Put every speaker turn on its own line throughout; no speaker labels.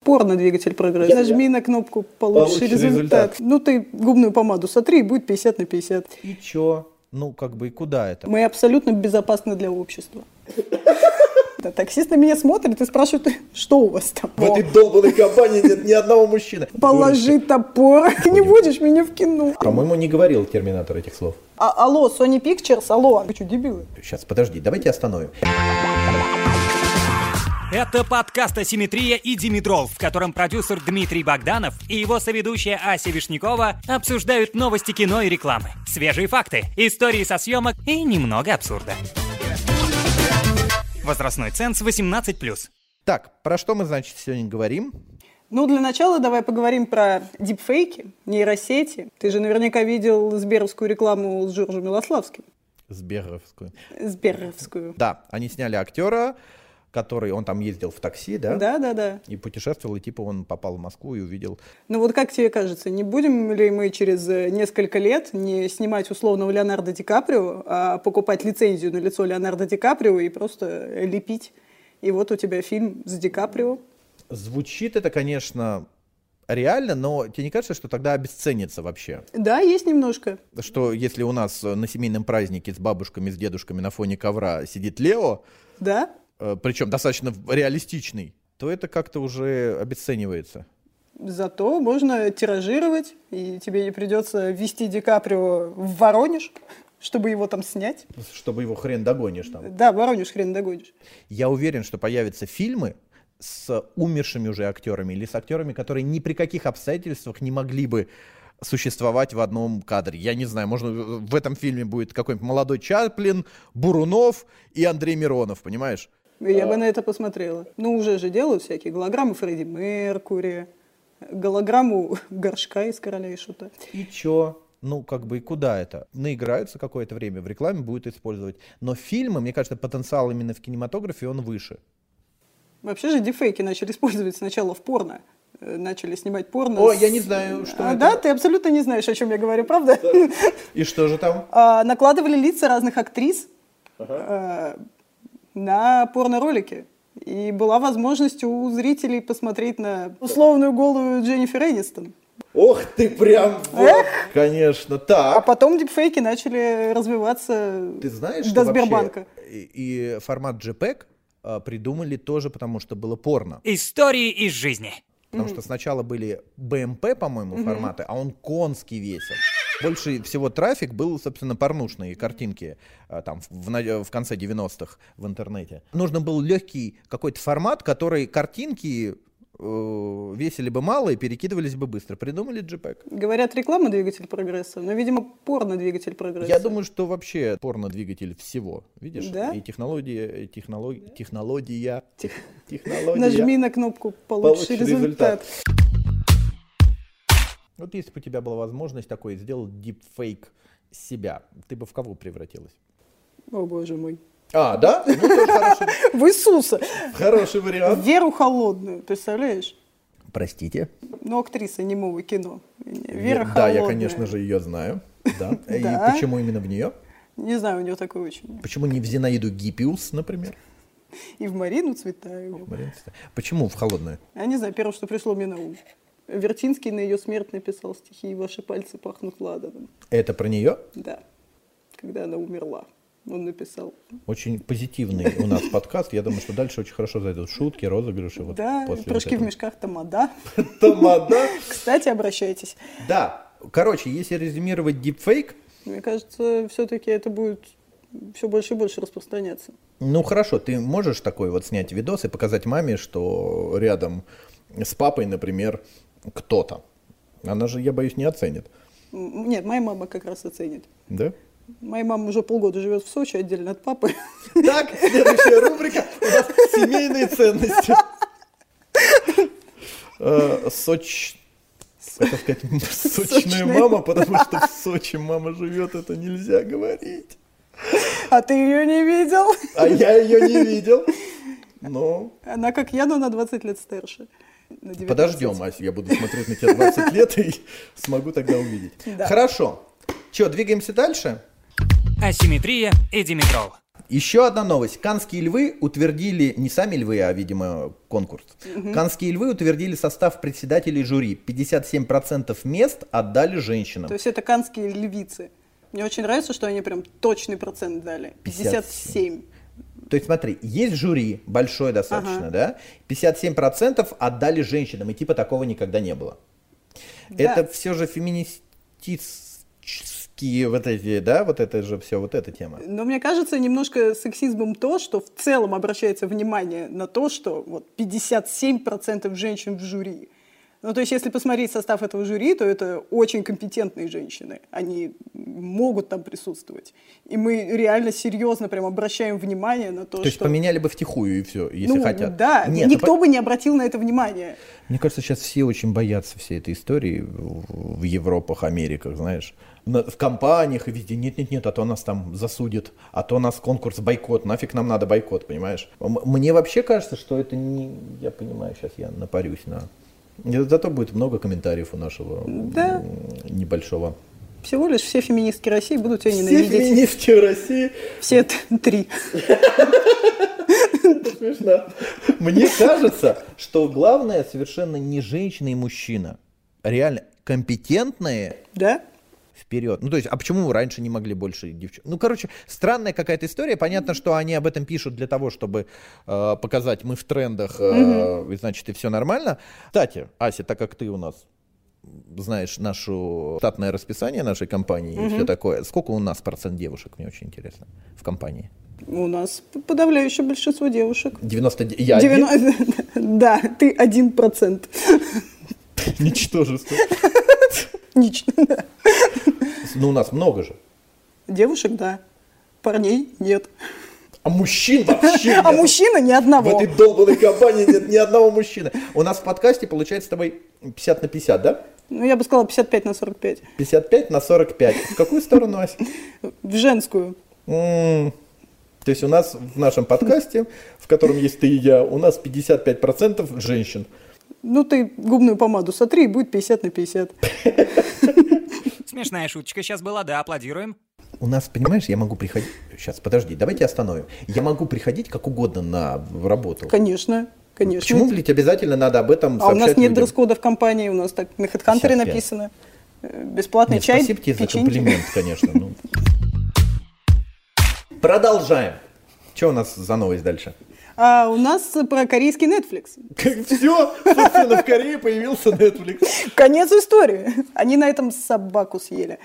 упор на двигатель прогресса.
Я- я-
Нажми на кнопку «Получи,
Получи
результат.
результат.
Ну, ты губную помаду сотри, и будет 50 на 50.
И чё? Ну, как бы и куда это?
Мы абсолютно безопасны для общества. Да, таксист на меня смотрит и спрашивает, что у вас там?
В этой долбанной компании нет ни одного мужчины.
Положи топор, не будешь меня в кино.
По-моему, не говорил терминатор этих слов.
А- алло, Sony Pictures, алло. Вы что, дебилы?
Сейчас, подожди, давайте остановим.
Это подкаст «Асимметрия» и «Димитрол», в котором продюсер Дмитрий Богданов и его соведущая Ася Вишнякова обсуждают новости кино и рекламы, свежие факты, истории со съемок и немного абсурда. Возрастной ценз 18+.
Так, про что мы, значит, сегодня говорим?
Ну, для начала давай поговорим про дипфейки, нейросети. Ты же наверняка видел сберовскую рекламу с Джорджем Милославским.
Сберовскую.
Сберовскую.
Да, они сняли актера, который, он там ездил в такси, да?
Да, да, да.
И путешествовал, и типа он попал в Москву и увидел.
Ну вот как тебе кажется, не будем ли мы через э, несколько лет не снимать условного Леонардо Ди Каприо, а покупать лицензию на лицо Леонардо Ди Каприо и просто э, лепить? И вот у тебя фильм с Ди Каприо.
Звучит это, конечно, реально, но тебе не кажется, что тогда обесценится вообще?
Да, есть немножко.
Что если у нас э, на семейном празднике с бабушками, с дедушками на фоне ковра сидит Лео,
Да?
причем э, достаточно в- реалистичный, то это как-то уже обесценивается.
Зато можно тиражировать, и тебе не придется вести Ди Каприо в Воронеж, чтобы его там снять.
Чтобы его хрен догонишь там.
Да, Воронеж хрен догонишь.
Я уверен, что появятся фильмы с умершими уже актерами или с актерами, которые ни при каких обстоятельствах не могли бы существовать в одном кадре. Я не знаю, можно в в этом фильме будет какой-нибудь молодой Чаплин, Бурунов и Андрей Миронов, понимаешь?
И Э, Я бы
А.
на это посмотрела. Ну, уже же делают всякие голограммы Фредди Меркурия, голограмму горшка из «Короля и шута».
И чё? Ну, как бы и куда это? Наиграются какое-то время, в рекламе будет использовать. Но фильмы, мне кажется, потенциал именно в кинематографе, он выше.
Вообще же дефейки начали использовать сначала в порно. Э, Начали снимать порно.
О,
с-
я не знаю, что
А,
это.
Да, ты абсолютно не знаешь, о чем я говорю, правда?
И что же там?
А, Накладывали лица разных актрис а, на порно-ролики. И была возможность у зрителей посмотреть на условную голую Дженнифер Энистон.
Ох ты прям! вот. Конечно,
А
так.
потом дипфейки начали развиваться
Ты знаешь,
до
что вообще
Сбербанка.
и, и формат JPEG а, придумали тоже потому, что было порно.
Истории из жизни.
Потому что сначала были БМП, по-моему, форматы, а он конский весил. Больше всего трафик был, собственно, порнушные картинки а, там в, на- в конце 90-х в интернете. Нужно был легкий какой-то формат, который картинки э, весили бы мало и перекидывались бы быстро. Придумали JPEG.
Говорят, реклама двигатель прогресса, но, видимо, порно двигатель прогресса.
Я думаю, что вообще порно-двигатель всего, видишь?
Да?
И технология, и технолог... технология,
Тех-
технология.
Нажми на кнопку «Получи,
Получи
результат.
результат. Вот если бы у тебя была возможность такой сделать дипфейк себя, ты бы в кого превратилась?
О, боже мой.
А, да? Ну, тоже хороший,
В Иисуса!
хороший вариант.
Веру холодную, представляешь?
Простите.
Ну, актриса немого кино. Вера
Вера
холодная.
Да, я, конечно же, ее знаю. Да. И
Да.
почему именно в нее?
Не знаю, у нее такой очень.
Почему не в Зинаиду Гиппиус, например?
И в Марину Цветаеву.
Марина Цветаева? Почему в холодную?
Я не знаю, первое, что пришло мне на ум. Вертинский на ее смерть написал стихи «Ваши пальцы пахнут ладаном».
Это про нее?
Да. Когда она умерла, он написал.
Очень позитивный у нас подкаст. Я думаю, что дальше очень хорошо зайдут шутки, розыгрыши. Вот
да,
после
прыжки в
вот
мешках тамада.
этого. Тамада.
Кстати, обращайтесь.
Да. Короче, если резюмировать дипфейк,
Мне кажется, все-таки это будет все больше и больше распространяться.
ну хорошо, ты можешь такой вот снять видос и показать маме, что рядом с папой, например, кто-то. Она же, я боюсь, не оценит.
М, Нет, моя мама как раз оценит.
Да?
Моя мама уже полгода живет в Сочи отдельно от папы.
Так, следующая рубрика у нас семейные ценности. Э, Соч... Хотел сказать, м, сочная
Сочная.
мама, потому что в Сочи мама живет, это нельзя говорить.
А ты ее не видел?
А я ее не видел. Но
Она как я, но на 20 лет старше. На 19.
подождем, Ася, а я буду смотреть на тебя 20 лет и смогу тогда увидеть.
Да.
Хорошо. Че, двигаемся дальше?
Асимметрия и Димитрол.
Еще одна новость. Канские львы утвердили, не сами львы, а, видимо, конкурс. Канские львы утвердили состав председателей жюри. 57% мест отдали женщинам.
То есть это канские львицы. Мне очень нравится, что они прям точный процент дали.
57.
57.
То есть смотри, есть жюри, большое достаточно, да? 57% отдали женщинам, и типа такого никогда не было.
Да.
Это все же феминистические вот эти, да, вот это же все, вот эта тема.
Но мне кажется, немножко сексизмом то, что в целом обращается внимание на то, что вот 57% женщин в жюри. Ну, то есть, если посмотреть состав этого жюри, то это очень компетентные женщины. Они могут там присутствовать. И мы реально серьезно прям обращаем внимание на то,
То есть
что...
поменяли бы втихую и все, если
ну,
хотят.
да,
Нет,
никто
ну, по-
бы не обратил на это внимание.
Мне кажется, сейчас все очень боятся всей этой истории в в Европах, Америках, знаешь. На- В компаниях и везде нет-нет-нет, а то нас там засудят, а то нас конкурс бойкот, нафиг нам надо бойкот, понимаешь? М- Мне вообще кажется, что это не... Я понимаю, сейчас я напарюсь на... Зато будет много комментариев у нашего м,
Да.
небольшого.
Всего лишь все феминистки России будут тебя
Все
ненавидеть.
феминистки в России
Все т- три.
Смешно. Мне кажется, что главное совершенно не женщина и мужчина. а Реально компетентные
Да?
вперед. Ну, то есть, а почему вы раньше не могли больше девчонок? Ну, короче, странная какая-то история. Понятно, что они об этом пишут для того, чтобы э, показать, мы в трендах, э, и, значит, и все нормально. Кстати, Ася, так как ты у нас знаешь нашу штатное расписание нашей компании и все такое, сколько у нас процент девушек, мне очень интересно, в компании?
У нас п- подавляющее большинство девушек.
90... Я один?
90 Да, ты один процент.
Ничтожество.
Ничего.
Ну, у нас много же.
Девушек, да. Парней нет.
А мужчин вообще
А
нет.
мужчина ни
В
одного.
этой долбанной компании нет ни одного мужчины. У нас в подкасте получается с тобой 50 на 50, да?
Ну, я бы сказала 55 на 45.
55 на 45. В какую сторону, Ась?
В женскую.
М, То есть у нас в нашем подкасте, в котором есть ты и я, у нас 55% женщин.
Ну, ты губную помаду сотри, и будет 50 на 50.
Смешная шуточка сейчас была, да, аплодируем.
У нас, понимаешь, я могу приходить... Сейчас, подожди, давайте остановим. Я могу приходить как угодно на работу.
Конечно, конечно.
Почему, блядь, обязательно надо об этом
А у
сообщать
нас нет
людям?
дресс-кода в компании, у нас так на HeadHunter
55.
написано. Э, Бесплатный
Нет,
чай,
спасибо тебе за
печеньки.
комплимент, конечно. ну. Продолжаем. Что у нас за новость дальше?
А у нас про корейский Netflix.
Все, собственно, в Корее появился Netflix.
Конец истории. Они на этом собаку съели.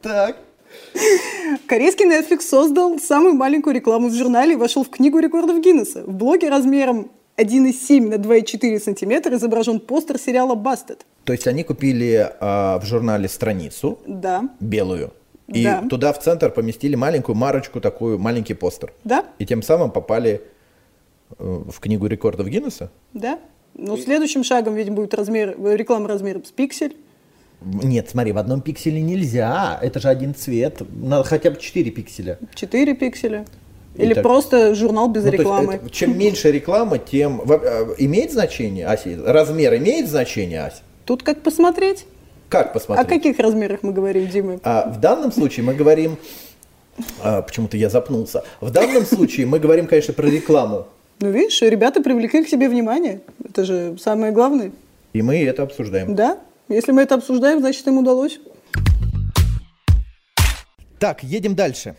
Так.
Корейский Netflix создал самую маленькую рекламу в журнале и вошел в книгу рекордов Гиннесса. В блоге размером 1,7 на 2,4 сантиметра изображен постер сериала «Бастет».
То есть они купили а, в журнале страницу
Да,
белую. И
Да.
туда в центр поместили маленькую марочку, такую маленький постер.
да,
И тем самым попали э, в книгу рекордов Гиннесса?
да. Ну, следующим шагом, ведь будет размер, реклама размером с пиксель.
Нет, смотри, в одном пикселе нельзя. Это же один цвет. Надо хотя бы 4 пикселя.
4 пикселя.
И
Или
так-
просто журнал без
Ну, то есть
рекламы.
это- чем меньше рекламы, тем во- э, имеет значение, Ася? Размер имеет значение, Ася?
Тут как посмотреть?
Как
О
посмотреть?
каких размерах мы говорим, Дима?
А в данном случае мы говорим, а, почему-то я запнулся. В данном случае мы говорим, конечно, про рекламу,
Ну, видишь, ребята привлекли к себе внимание. Это же самое главное.
и мы это обсуждаем.
Да, если мы это обсуждаем, значит, им удалось.
Так, едем дальше.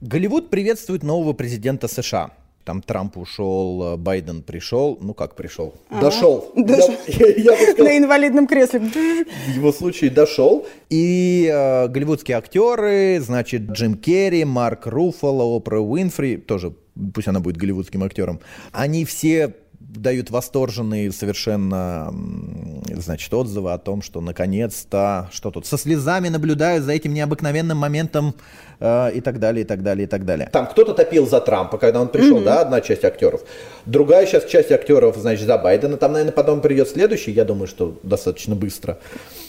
Голливуд приветствует нового президента США. Там Трамп ушел, э, Байден пришел. Ну как пришел? Дошел.
Дошел.
Я, я- я бы сказал,
На инвалидном кресле.
в его случае дошел. И э, голливудские актеры, значит, Джим Керри, Марк Руффало, Опра Уинфри, тоже пусть она будет голливудским актером, они все дают восторженные совершенно, м, значит, отзывы о том, что наконец-то, что тут, со слезами наблюдаю за этим необыкновенным моментом э, и так далее, и так далее, и так далее. Там кто-то топил за Трампа, когда он пришел, да, одна часть актеров. Другая сейчас часть актеров, значит, за Байдена. Там, наверное, потом придет следующий, я думаю, что достаточно быстро.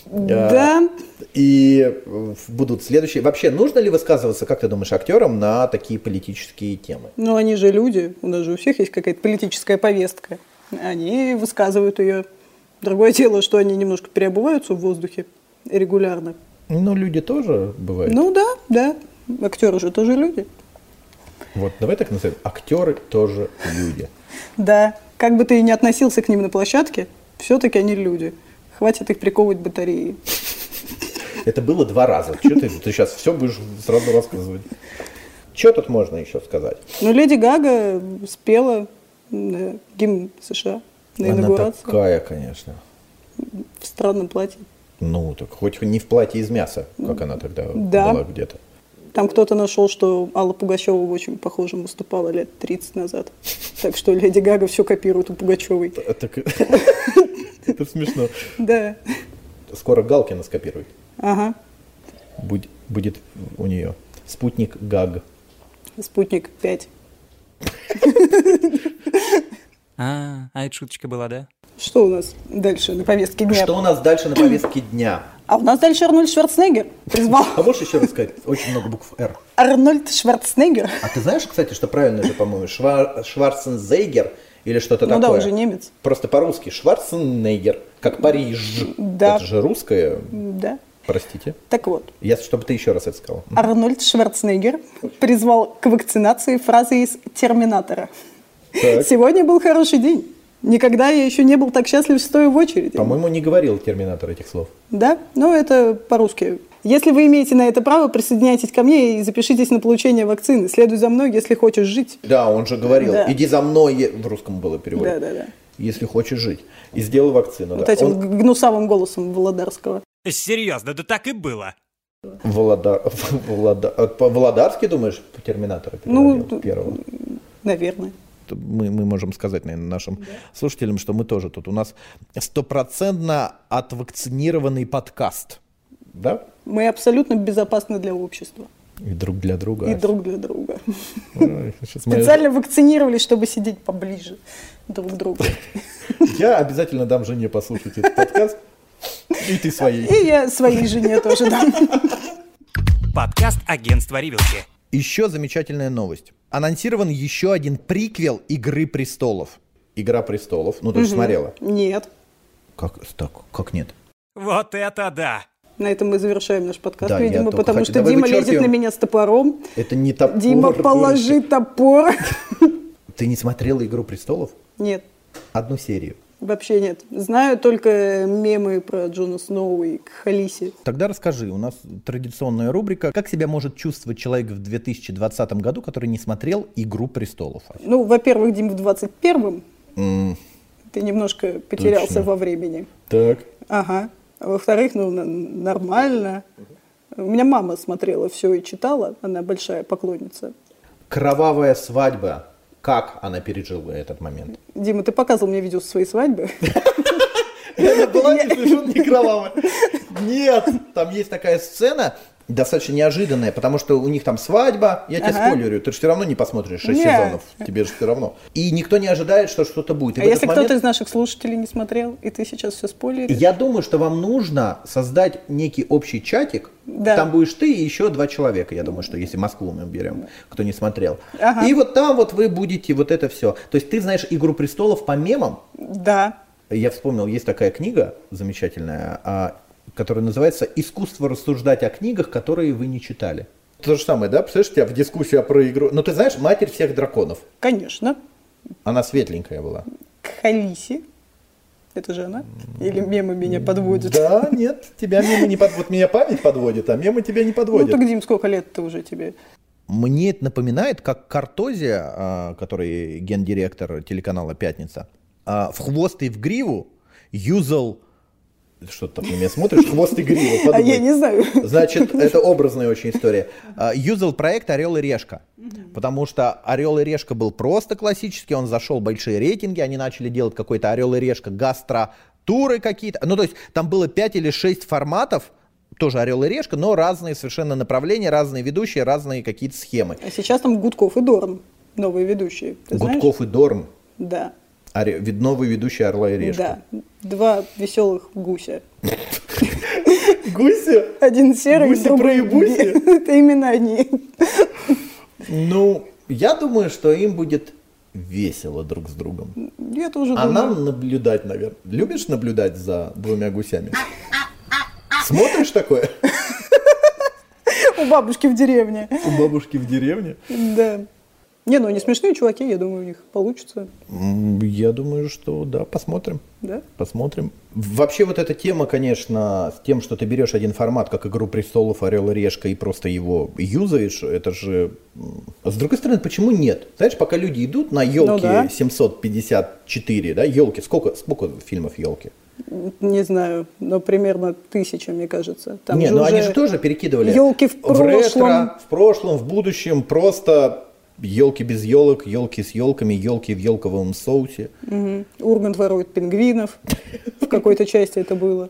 Да.
И э, будут следующие. Вообще, нужно ли высказываться, как ты думаешь, актерам на такие политические темы?
Ну, они же люди. У нас же у всех есть какая-то политическая повестка. Они высказывают ее. Другое дело, что они немножко переобуваются в воздухе регулярно.
Ну, люди тоже бывают.
Ну да, да. Актеры же тоже люди.
Вот, давай так назовем. Актеры тоже люди.
Да, как бы ты ни относился к ним на площадке, все-таки они люди. Хватит их приковывать батареи.
Это было два раза. Че ты, ты сейчас все будешь сразу рассказывать? Что тут можно еще сказать?
Ну, Леди Гага спела э, гимн США на
Она
инаугурации
такая, конечно.
в странном платье.
Ну, так хоть не в платье из мяса, как она тогда
Да.
была где-то.
Там кто-то нашел, что Алла Пугачева очень похожим выступала лет 30 назад. Так что Леди Гага все копирует у Пугачевой.
Э, так- Это смешно.
Да.
Скоро Галкина скопирует.
Ага.
Будь- Будет у нее спутник Гаг.
Спутник 5.
А, а это шуточка была, да?
Что у нас дальше на повестке дня?
Что у нас дальше на повестке дня?
А у нас дальше Арнольд Шварценеггер призвал.
А можешь еще рассказать? Очень много букв «Р».
Арнольд Шварценеггер.
А ты знаешь, кстати, что правильно же, по-моему, Шва- Шварцензейгер или что-то
Ну
такое?
да, он же немец.
Просто по-русски Шварценеггер, как Париж.
Да.
Это же русское,
Да.
простите.
Так вот,
Я, чтобы ты еще раз это сказал.
Арнольд Шварценеггер призвал к вакцинации фразы из «Терминатора».
Так.
Сегодня был хороший день. Никогда я еще не был так счастлив, стоя в очереди.
По-моему, не говорил терминатор этих слов.
Да? Ну, это по-русски. Если вы имеете на это право, присоединяйтесь ко мне и запишитесь на получение вакцины. Следуй за мной, если хочешь жить.
Да, он же говорил,
Да.
иди за мной, е- в русском было перевод.
Да, да, да.
Если хочешь жить. И сделай вакцину.
Вот
да.
этим
Он-
гнусавым голосом Володарского.
Серьезно, да так и было.
Володар... Волода- а, По-володарски, думаешь, по терминатору
Ну,
переводил первого?
Наверное.
мы, мы можем сказать, наверное, нашим слушателям, что мы тоже тут. У нас стопроцентно отвакцинированный подкаст. Да?
Мы абсолютно безопасны для общества.
И друг для друга.
И друг для друга.
Ой, сейчас моя-
Специально вакцинировались, чтобы сидеть поближе друг к другу.
Я обязательно дам жене послушать этот подкаст. И ты своей.
И я своей жене тоже дам.
Подкаст агентства Ривелки.
Еще замечательная новость. Анонсирован еще один приквел «Игры престолов». «Игра престолов». Ну, ты же смотрела.
Нет.
Как, так, как нет?
Вот это да!
На этом мы завершаем наш подкаст,
Да, я
видимо,
только
потому
хочу-
что
давай
Дима лезет
вычеркиваем.
на меня с топором.
Это не топор.
Дима, положи топор.
Ты не смотрела «Игру престолов»?
Нет,
Одну серию.
вообще нет. Знаю только мемы про Джона Сноу и Халиси.
Тогда расскажи, у нас традиционная рубрика «Как себя может чувствовать человек в 2020 году, который не смотрел «Игру престолов»?»
Ну, во-первых, Дим в 21-м.
М,
Ты немножко потерялся
Точно.
во времени.
Так.
Ага. А Во-вторых, ну, н- нормально. У меня мама смотрела все и читала. Она большая поклонница.
Кровавая свадьба. Как она пережила этот момент?
Дима, ты показывал мне видео со своей свадьбы.
Это была не совершенно не кровавая. Нет, там есть такая сцена, достаточно неожиданная, потому что у них там свадьба, я тебе
Ага.
спойлерю, ты же все равно не посмотришь 6
Нет.
сезонов, тебе же все равно. И никто не ожидает, что что-то будет. И
А
в этот
если
момент-
кто-то из наших слушателей не смотрел, и ты сейчас все спойлеришь?
Э, Я думаю, что вам нужно создать некий общий чатик.
Да.
Там будешь ты и еще два человека, я думаю, что если Москву мы берем, кто не смотрел.
Ага.
И вот там вот вы будете вот это все. То есть ты знаешь «Игру престолов» по мемам.
Да.
Я вспомнил, есть такая книга замечательная, а, которая называется «Искусство рассуждать о книгах, которые вы не читали». То же самое, да? Представляешь, тебя в дискуссию про игру... Ну, ты знаешь, «Матерь всех драконов».
Конечно.
Она светленькая была.
Халиси. Это же она? Или мемы меня подводят?
Да, нет, тебя мимо не подводит. Вот меня память подводит, а мимо тебя не
Ну
подводит.
так, Дим, сколько лет-то уже тебе?
Мне это напоминает, как Картозия, а, который гендиректор телеканала «Пятница», а, в хвост и в гриву юзал... Что ты так на меня смотришь? Хвост и гриву,
А я
подумай.
не знаю.
Значит, это образная очень история. А, Юзал проект «Орел и решка», потому что «Орел и решка» был просто классический, он зашел в большие рейтинги, они начали делать какой-то «Орел и решка» гастротуры какие-то. Ну, то есть там было 5 или 6 форматов, тоже «Орел и решка», но разные совершенно направления, разные ведущие, разные какие-то схемы.
А сейчас там Гудков и Дорн. Новые ведущие. Ты знаешь?
Гудков и Дорм,
Да.
оре- вид- новый ведущий «Орла и решки».
Да. Два веселых гуся.
Гуси?
Один серый,
Гуси
другой
проебуси?
белый. Это именно они.
Ну, я думаю, что им будет весело друг с другом.
Я тоже
А
думаю.
нам наблюдать, наверное. Любишь наблюдать за двумя гусями? Смотришь такое?
У У бабушки в деревне.
У бабушки в деревне?
Да. Не, ну они смешные чуваки, я думаю, у них получится.
Я думаю, что да, посмотрим.
Да?
Посмотрим. Вообще вот эта тема, конечно, с тем, что ты берешь один формат, как «Игру престолов», «Орел и решка» и просто его юзаешь, это же... м, С другой стороны, почему нет? Знаешь, пока люди идут на елки
Ну да.
754, да, елки, сколько, сколько фильмов елки?
Не знаю, но примерно тысяча, мне кажется. Там
не,
же
ну
уже
они же тоже перекидывали.
Елки в прошлом.
В ретро, в прошлом, в будущем, просто елки без елок, елки с елками, елки в елковом соусе.
Мгм. Ургант ворует пингвинов. В какой-то части это было.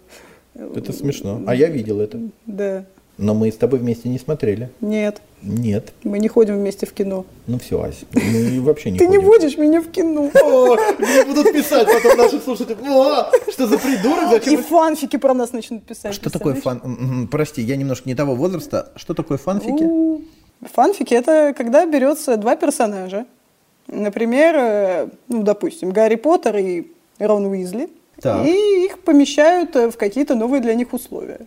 Это смешно. А я видел это.
Да.
Но мы с тобой вместе не смотрели.
Нет,
Нет.
мы не ходим вместе в кино.
Ну все, Ася. Мы вообще не
Ты не
ходим.
водишь меня в кино.
О, мне будут писать потом наши слушатели. О, что за придурок?
И
Зачем вы-
фанфики про нас начнут писать.
Что такое
представляешь?
фан... М, м, Прости, я немножко не того возраста. Что такое фанфики?
У, Фанфики это когда берется два персонажа. Например, э, ну, допустим, Гарри Поттер и Рон Уизли.
Так.
И их помещают э, в какие-то новые для них условия.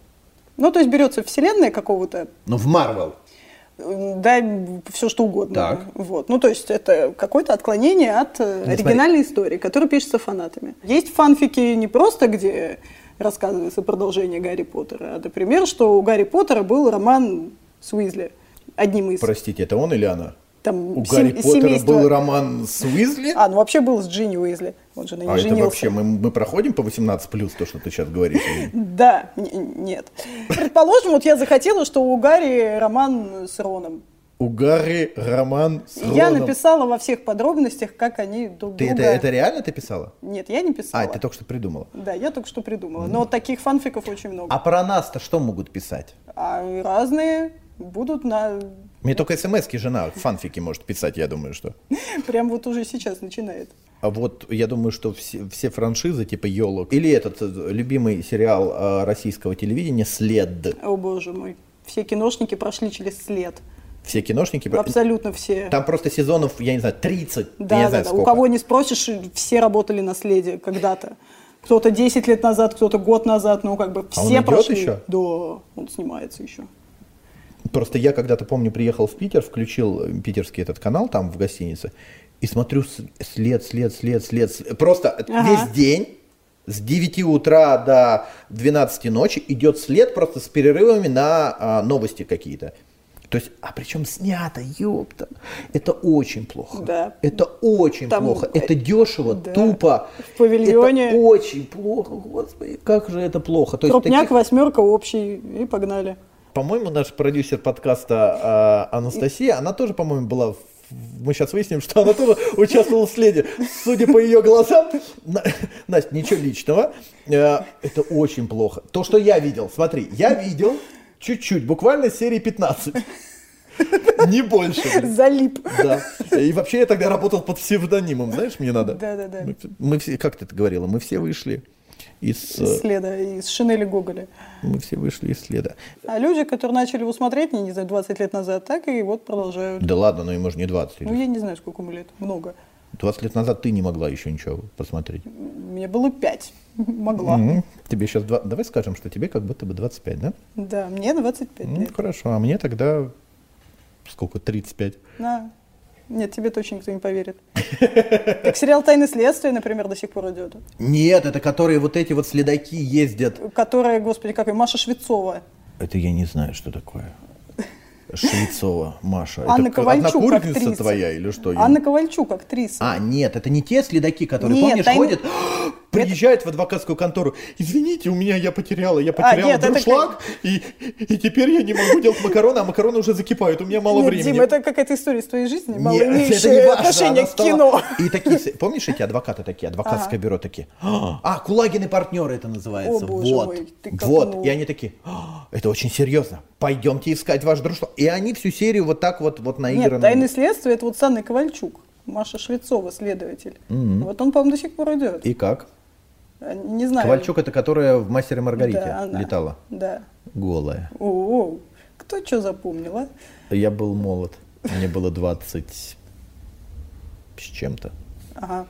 Ну, то есть берется вселенная какого-то
Ну, в Марвел.
Э, Да, все что угодно.
Так. Ну,
Вот. Ну, то есть это какое-то отклонение от э,
смотри.
оригинальной истории, которая пишется фанатами. Есть фанфики не просто, где рассказывается продолжение Гарри Поттера, а, например, что у Гарри Поттера был роман с Уизли. Одним из
Простите, это он или она?
там сем-
У Гарри Поттера
семейства.
был роман с Уизли?
А, ну вообще был с Джинни Уизли. Он же на ней
А это
женился.
вообще, мы, мы проходим по 18 плюс то, что ты сейчас говоришь? или-
Да, н- нет. Предположим, вот я захотела, что у Гарри роман с Роном.
У Гарри роман с
И Я
Роном.
написала во всех подробностях, как они друг
Ты это,
друга...
это реально ты писала?
Нет, я не писала.
А, это только что придумала.
Да, я только что придумала. Но таких фанфиков очень много.
А про нас-то что могут писать?
А разные будут на...
Мне только смс-ки жена фанфики может писать, я думаю, что.
Прям вот уже сейчас начинает.
А вот я думаю, что все, все франшизы типа елок или этот э, любимый сериал э, российского телевидения «След».
О боже мой. Все киношники прошли через след.
Все киношники... про-
Абсолютно все.
Там просто сезонов, я не знаю, 30,
Да,
я не
да,
знаю
да.
сколько.
У кого не спросишь, все работали на следе когда-то. Кто-то 10 лет назад, кто-то год назад, ну как бы все
А он идет
прошли.
еще?
Да, он снимается еще.
Просто я когда-то, помню, приехал в Питер, включил э, питерский этот канал там в гостинице, и смотрю с- след, след, след, след. с- Просто
Ага.
весь день с 9 утра до 12 ночи идет след просто с перерывами на а, новости какие-то. То есть, а причем снято, ёпта. Это очень плохо.
Да.
Это очень
Там,
плохо.
э,
Это дешево,
да.
тупо.
В павильоне.
Это очень плохо, господи, как же это плохо. То есть
Крупняк,
таких-
восьмерка, общий, и погнали.
по-моему, наш продюсер подкаста э, Анастасия, она тоже, по-моему, была. в- Мы сейчас выясним, что она тоже участвовала в следе. Судя по ее глазам, На- Настя, ничего личного. Э, Это очень плохо. То, что я видел, смотри, я видел чуть-чуть, буквально серии 15. Не больше. блин.
Залип.
Да. И вообще я тогда работал под псевдонимом, знаешь, мне надо.
Да-да-да.
Мы, мы все, как ты это говорила, мы все вышли из,
Из
э,
следа, из шинели Гоголя.
мы все вышли из следа.
А люди, которые начали его смотреть, я не знаю, 20 лет назад, так и вот продолжают.
Да ладно, ну ему же не 20 или
Ну, я не знаю, сколько ему лет. Много.
20 лет назад ты не могла еще ничего посмотреть.
Мне было 5. Могла.
Мгм. Тебе сейчас... Два... Давай скажем, что тебе как будто бы 25, да?
Да, мне 25
Ну,
лет.
хорошо, а мне тогда... Сколько? 35.
На. Нет, тебе точно никто не поверит. Так сериал «Тайны следствия», например, до сих пор идет.
Нет, это которые вот эти вот следаки ездят.
Которая, господи, как ее, Маша Швецова.
Это я не знаю, что такое. Швецова, Маша.
Анна
это к-
Ковальчук,
однокурсница
актриса.
твоя или что? Я-
Анна Ковальчук, актриса.
А, нет, это не те следаки, которые,
Нет,
помнишь,
тайны-
ходят, приезжают в адвокатскую контору. Извините, у меня я потеряла, я потеряла
А, нет, это
дуршлаг, и, и теперь я не могу делать макароны, а макароны уже закипают, у меня мало
Нет,
времени.
Дима, это какая-то история из твоей жизни, мало
Нет, это не
имеющая
важно,
отношение
она
к
стала-
кино.
И такие, с- помнишь, эти адвокаты такие, адвокатское
Ага.
бюро такие, «А, а, Кулагин и партнеры это называется,
О, боже
вот,
мой, ты ну.
вот,
копнул.
и они такие, «А, это очень серьезно, пойдемте искать ваш дружок, и они всю серию вот так вот, вот наиграны.
Нет, «Тайны следствия» — это вот с Анной Ковальчук. Маша Швецова, следователь. Вот он, по-моему, до сих пор идет.
И как?
А, Не знаю.
Ковальчук это которая в «Мастере и Маргарите»
Да, она.
летала,
Да.
голая.
О, кто что запомнил, а?
Я был молод. Мне было 20 с чем-то
Ага.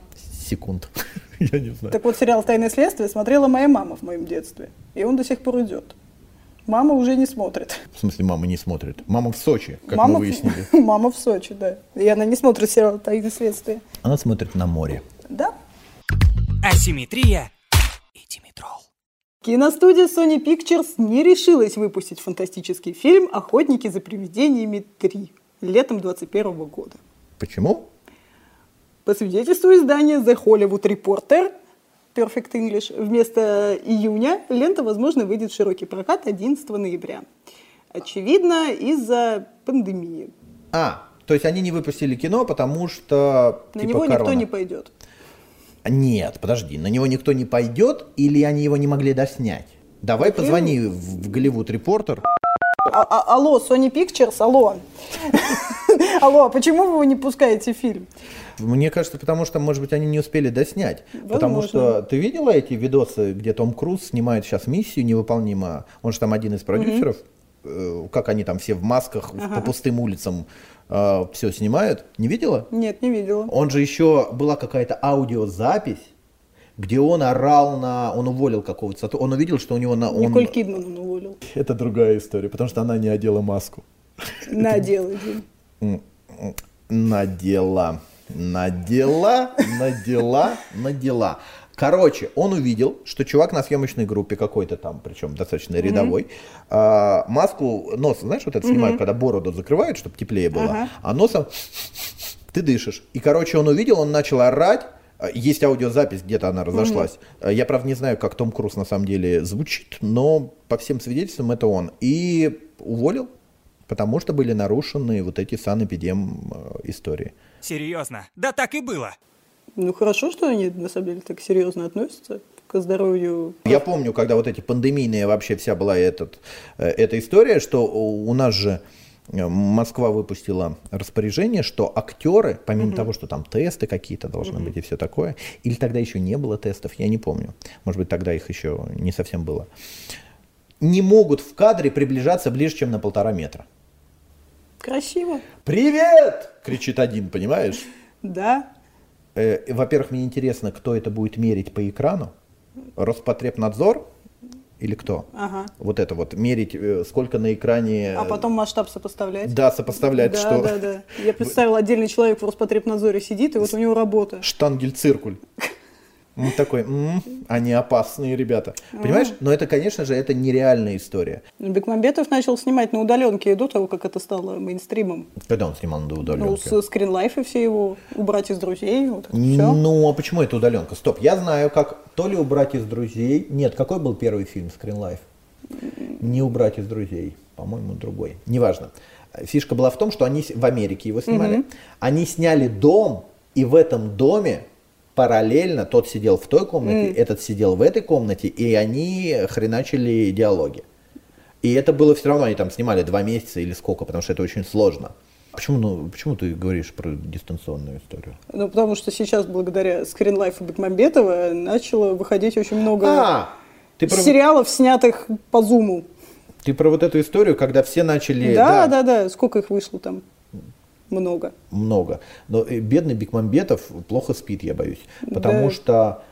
секунд. Я не знаю.
Так вот, сериал «Тайное следствие» смотрела моя мама в моем детстве. И он до сих пор идет. Мама уже не смотрит.
В смысле, мама не смотрит. Мама в Сочи, как
мама
мы выяснили.
В... мама в Сочи, да. И она не смотрит сериал «Тайны следствия».
Она смотрит на море.
Да.
Асимметрия и Димитрол.
Киностудия Sony Pictures не решилась выпустить фантастический фильм «Охотники за привидениями 3» летом 2021 года.
Почему?
По свидетельству издания The Hollywood Reporter, Perfect English, вместо июня лента, возможно, выйдет в широкий прокат 11 ноября. Очевидно, из-за пандемии.
А, то есть они не выпустили кино, потому что
На
типа
него никто
корона.
не пойдет.
А, Нет, подожди, на него никто не пойдет, или они его не могли доснять? Давай позвони в в Голливуд Репортер.
А- а- алло, Sony Pictures, алло. Алло, а почему вы его не пускаете в фильм?
Мне кажется, потому что, может быть, они не успели доснять. Потому что ты видела эти видосы, где Том Круз снимает сейчас миссию невыполнимо. Он же там один из продюсеров. Э, Как они там все в масках в- по пустым улицам все снимают. Не видела?
Нет, не видела.
Он же еще была какая-то аудиозапись, где он орал на, он уволил какого-то, сотруд- он увидел, что у него на, он-
Николь Кидман он уволил.
Это другая история, потому что она не одела маску.
Надел один.
Надела. Надела, надела, надела. Короче, он увидел, что чувак на съемочной группе какой-то там, причем достаточно рядовой, а, маску, нос, знаешь, вот это снимают, когда бороду закрывают, чтобы теплее было,
Ага.
а носом ты дышишь. И, короче, он увидел, он начал орать, А, есть аудиозапись, где-то она разошлась. А, Я, правда, не знаю, как Том Круз на самом деле звучит, но по всем свидетельствам это он. И уволил, потому что были нарушены вот эти санэпидем э, истории.
Серьезно, да так и было.
Ну хорошо, что они на самом деле так серьезно относятся к здоровью.
Я помню, когда вот эти пандемийные вообще вся была этот, э, эта история, что у у нас же э, Москва выпустила распоряжение, что актеры, помимо того, что там тесты какие-то должны быть и все такое, или тогда еще не было тестов, я не помню, может быть тогда их еще не совсем было, не могут в кадре приближаться ближе, чем на полтора метра.
Красиво.
«Привет!» — кричит один, понимаешь?
Да.
Э, Во-первых, мне интересно, кто это будет мерить по экрану. Роспотребнадзор или кто?
Ага.
Вот это вот, мерить, э, сколько на экране...
А потом масштаб сопоставлять.
Да, сопоставлять,
да,
Э, что
да, да. Я представила, отдельный человек в Роспотребнадзоре сидит, и вот у него работа.
штангель-циркуль. Он такой, «М, они опасные ребята. Понимаешь? Но это, конечно же, это нереальная история.
Бекмамбетов начал снимать на удаленке до того, как это стало мейнстримом.
Когда он снимал на удаленке?
Ну, с скринлайфа все его убрать из друзей, вот все.
Ну, а почему это удаленка? Стоп, я знаю, как то ли убрать из друзей. Нет, какой был первый фильм Скринлайф? Не убрать из друзей, по-моему, другой. Неважно. Фишка была в том, что они с- в Америке его снимали. Они сняли дом, и в этом доме параллельно тот сидел в той комнате, этот сидел в этой комнате, и они хреначили диалоги. И это было все равно, они там снимали два месяца или сколько, потому что это очень сложно. Почему, ну, почему ты говоришь про дистанционную историю?
Ну, потому что сейчас, благодаря скринлайфу Бекмамбетова, начало выходить очень много
А, ты про,
сериалов, снятых по зуму.
ты про вот эту историю, когда все начали...
Да, да, да. Сколько их вышло там? Много.
Много. Но э, бедный Бекмамбетов плохо спит, я боюсь. Потому
Да.
что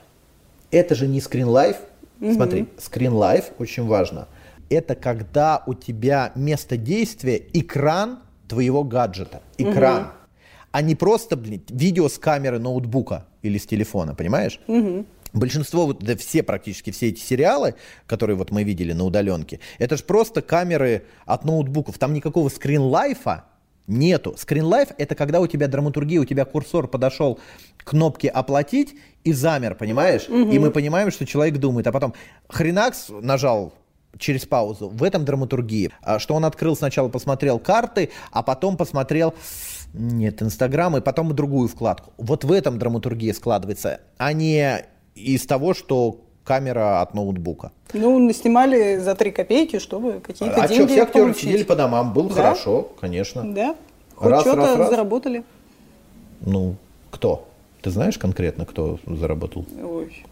это же не скринлайф. Смотри, скринлайф очень важно. Это когда у тебя место действия экран твоего гаджета. Экран. А не просто, блин, видео с камеры ноутбука или с телефона, понимаешь? Большинство, вот, да все практически все эти сериалы, которые вот мы видели на удаленке, это же просто камеры от ноутбуков. Там никакого скринлайфа нету. Скринлайф — это когда у тебя драматургия, у тебя курсор подошел к кнопке «Оплатить» и замер, понимаешь? И мы понимаем, что человек думает. А потом хренакс нажал через паузу. В этом драматургии. А, Что он открыл сначала, посмотрел карты, а потом посмотрел, нет, Инстаграм, и потом другую вкладку. Вот в этом драматургия складывается, а не из того, что камера от ноутбука.
Ну, наснимали за три копейки, чтобы какие-то
а что,
деньги
все актеры
получить.
сидели по домам, было
Да?
хорошо, конечно.
Да. Хоть
Раз,
что-то
раз, раз.
заработали.
Ну, кто? Ты знаешь конкретно, кто заработал?
Ой.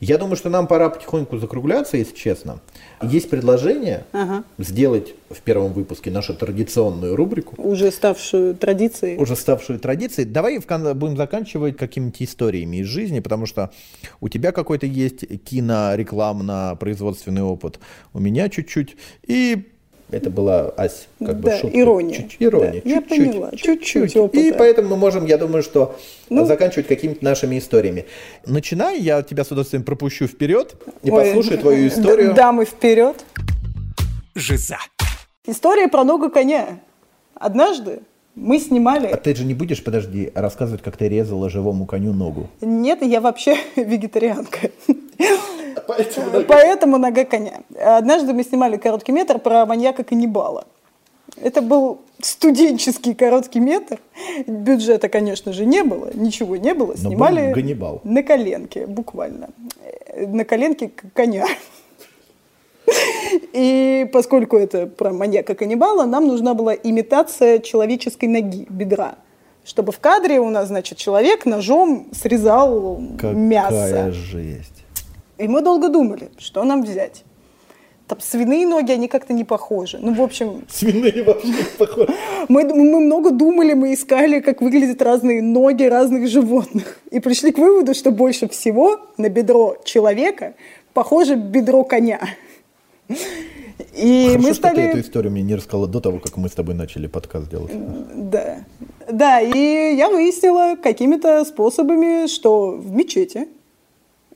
Я думаю, что нам пора потихоньку закругляться, если честно. Есть предложение
Ага.
сделать в первом выпуске нашу традиционную рубрику,
Уже ставшую традицией.
уже ставшую традицией. Давай в кон- будем заканчивать какими-то историями из жизни, потому что у тебя какой-то есть кинорекламно-производственный опыт, у меня чуть-чуть. И это была Ась, как бы
Да,
шутка.
ирония.
Чуть- ирония.
Да, я
чуть-чуть,
поняла, чуть-чуть опыта.
И поэтому мы можем, я думаю, что
Ну.
заканчивать какими-то нашими историями. Начинай, я тебя с удовольствием пропущу вперед и
Ой.
послушаю твою историю.
Д- Дамы вперед.
Жиза.
История про ногу коня. Однажды мы снимали...
А ты же не будешь, подожди, рассказывать, как ты резала живому коню ногу?
Нет, я вообще вегетарианка.
Поэтому
Поэтому нога коня. Однажды мы снимали короткий метр про маньяка-каннибала. Это был студенческий короткий метр. Бюджета, конечно же, не было, ничего не было.
Но был
Снимали
Ганнибал.
на коленке, буквально. Э, На коленке к- коня. И поскольку это про маньяка-каннибала, нам нужна была имитация человеческой ноги, бедра. Чтобы в кадре у нас, значит, человек ножом срезал
Какая
мясо.
жесть.
И мы долго думали, что нам взять. Там свиные ноги, они как-то не похожи. Ну, в общем,
Свиные вообще похожи.
мы, мы много думали, мы искали, как выглядят разные ноги разных животных. И пришли к выводу, что больше всего на бедро человека похоже бедро коня. И
Хорошо,
мы
что ты
стали...
эту историю мне не рассказала до того, как мы с тобой начали подкаст делать.
Да. Да, и я выяснила какими-то способами, что в мечети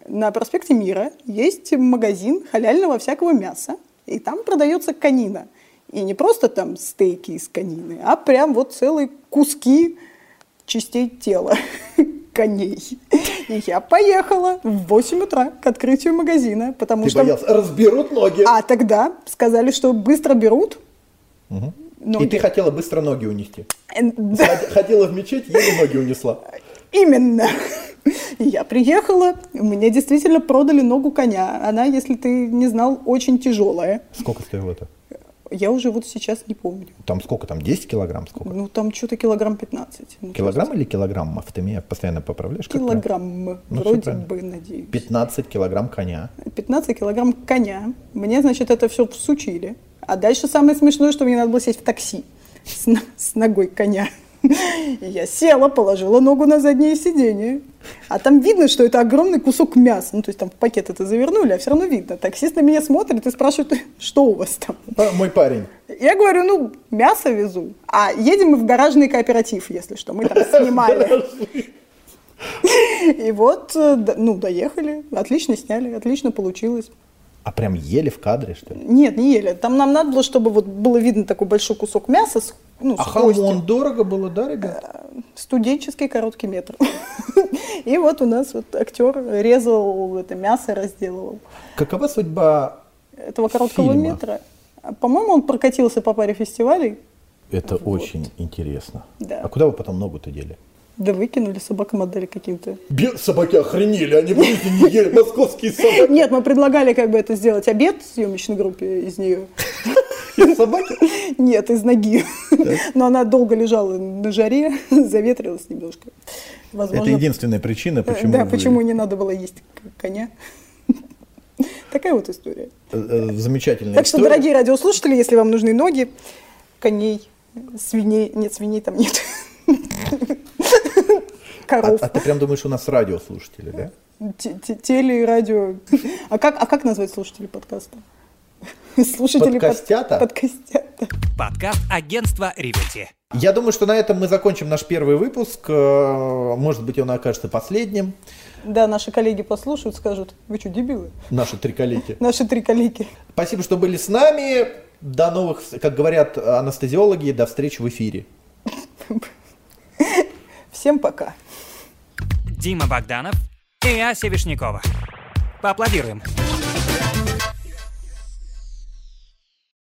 на проспекте Мира есть магазин халяльного всякого мяса, и там продается конина. И не просто там стейки из конины, а прям вот целые куски частей тела коней. И я поехала в 8 утра к открытию магазина, потому
Ты
что...
боялся, разберут ноги.
А тогда сказали, что быстро берут.
Мгм.
ноги.
И ты хотела быстро ноги унести.
Э, да.
Ход- Ходила в мечеть, еле ноги унесла.
Именно. Я приехала, мне действительно продали ногу коня. Она, если ты не знал, очень тяжелая.
Сколько стоило это?
Я уже вот сейчас не помню.
Там сколько? Там 10 килограмм? Сколько?
Ну, там что-то килограмм 15. Ну,
Килограмм или килограммов? Ты меня постоянно поправляешь. как правильно?
Килограмм,
Ну, всё
вроде
правильно.
бы, надеюсь.
15 килограмм коня.
15 килограмм коня. Мне, значит, это все всучили. А дальше самое смешное, что мне надо было сесть в такси с, н- с ногой коня. И я села, положила ногу на заднее сиденье. А там видно, что это огромный кусок мяса. Ну, то есть там в пакет это завернули, а все равно видно. Таксист на меня смотрит и спрашивает, что у вас там?
А, Мой парень.
Я говорю, ну, мясо везу. А едем мы в гаражный кооператив, если что. Мы там снимали. И вот, э, д- ну, доехали. Отлично сняли, отлично получилось.
А прям еле в кадре, что ли?
Нет, не ели. Там нам надо было, чтобы вот было видно такой большой кусок мяса с, ну, с
А
костью.
хамон дорого было, да, ребят?
Студенческий короткий метр. И вот у нас вот актер резал это мясо, разделывал
Какова судьба
этого короткого
Фильма.
метра. А, По-моему, он прокатился по паре фестивалей.
Это очень интересно.
Да.
А куда вы потом ногу-то дели?
Да выкинули собакам отдали каким-то.
собаки охренели, они в жизни не ели московские собаки.
Нет, мы предлагали как бы это сделать обед в съемочной группе из нее. э,
собаки?
Нет, из ноги. Но она долго лежала на жаре, заветрилась немножко.
Это
Возможно,
единственная причина, почему
да,
вы-
почему не надо было есть к- коня. Такая вот история.
Э, э, Замечательная
Так что,
история.
дорогие радиослушатели, если вам нужны ноги, коней, свиней, нет, свиней там нет,
А,
коров,
а ты прям думаешь, у нас радиослушатели, да?
те- те- теле, радио. А как, а как назвать слушателей подкаста? Слушатели под-
Подкостята?
подкостята.
Подкаст агентства Риверти.
Я думаю, что на этом мы закончим наш первый выпуск. Э, Может быть, он окажется последним.
Да, наши коллеги послушают, скажут, вы что, дебилы?
Наши триколики.
Наши три коллеги.
Спасибо, что были с нами. До новых, как говорят анестезиологи, до встречи в эфире.
Всем пока.
Дима Богданов и Ася Вишнякова. Поаплодируем.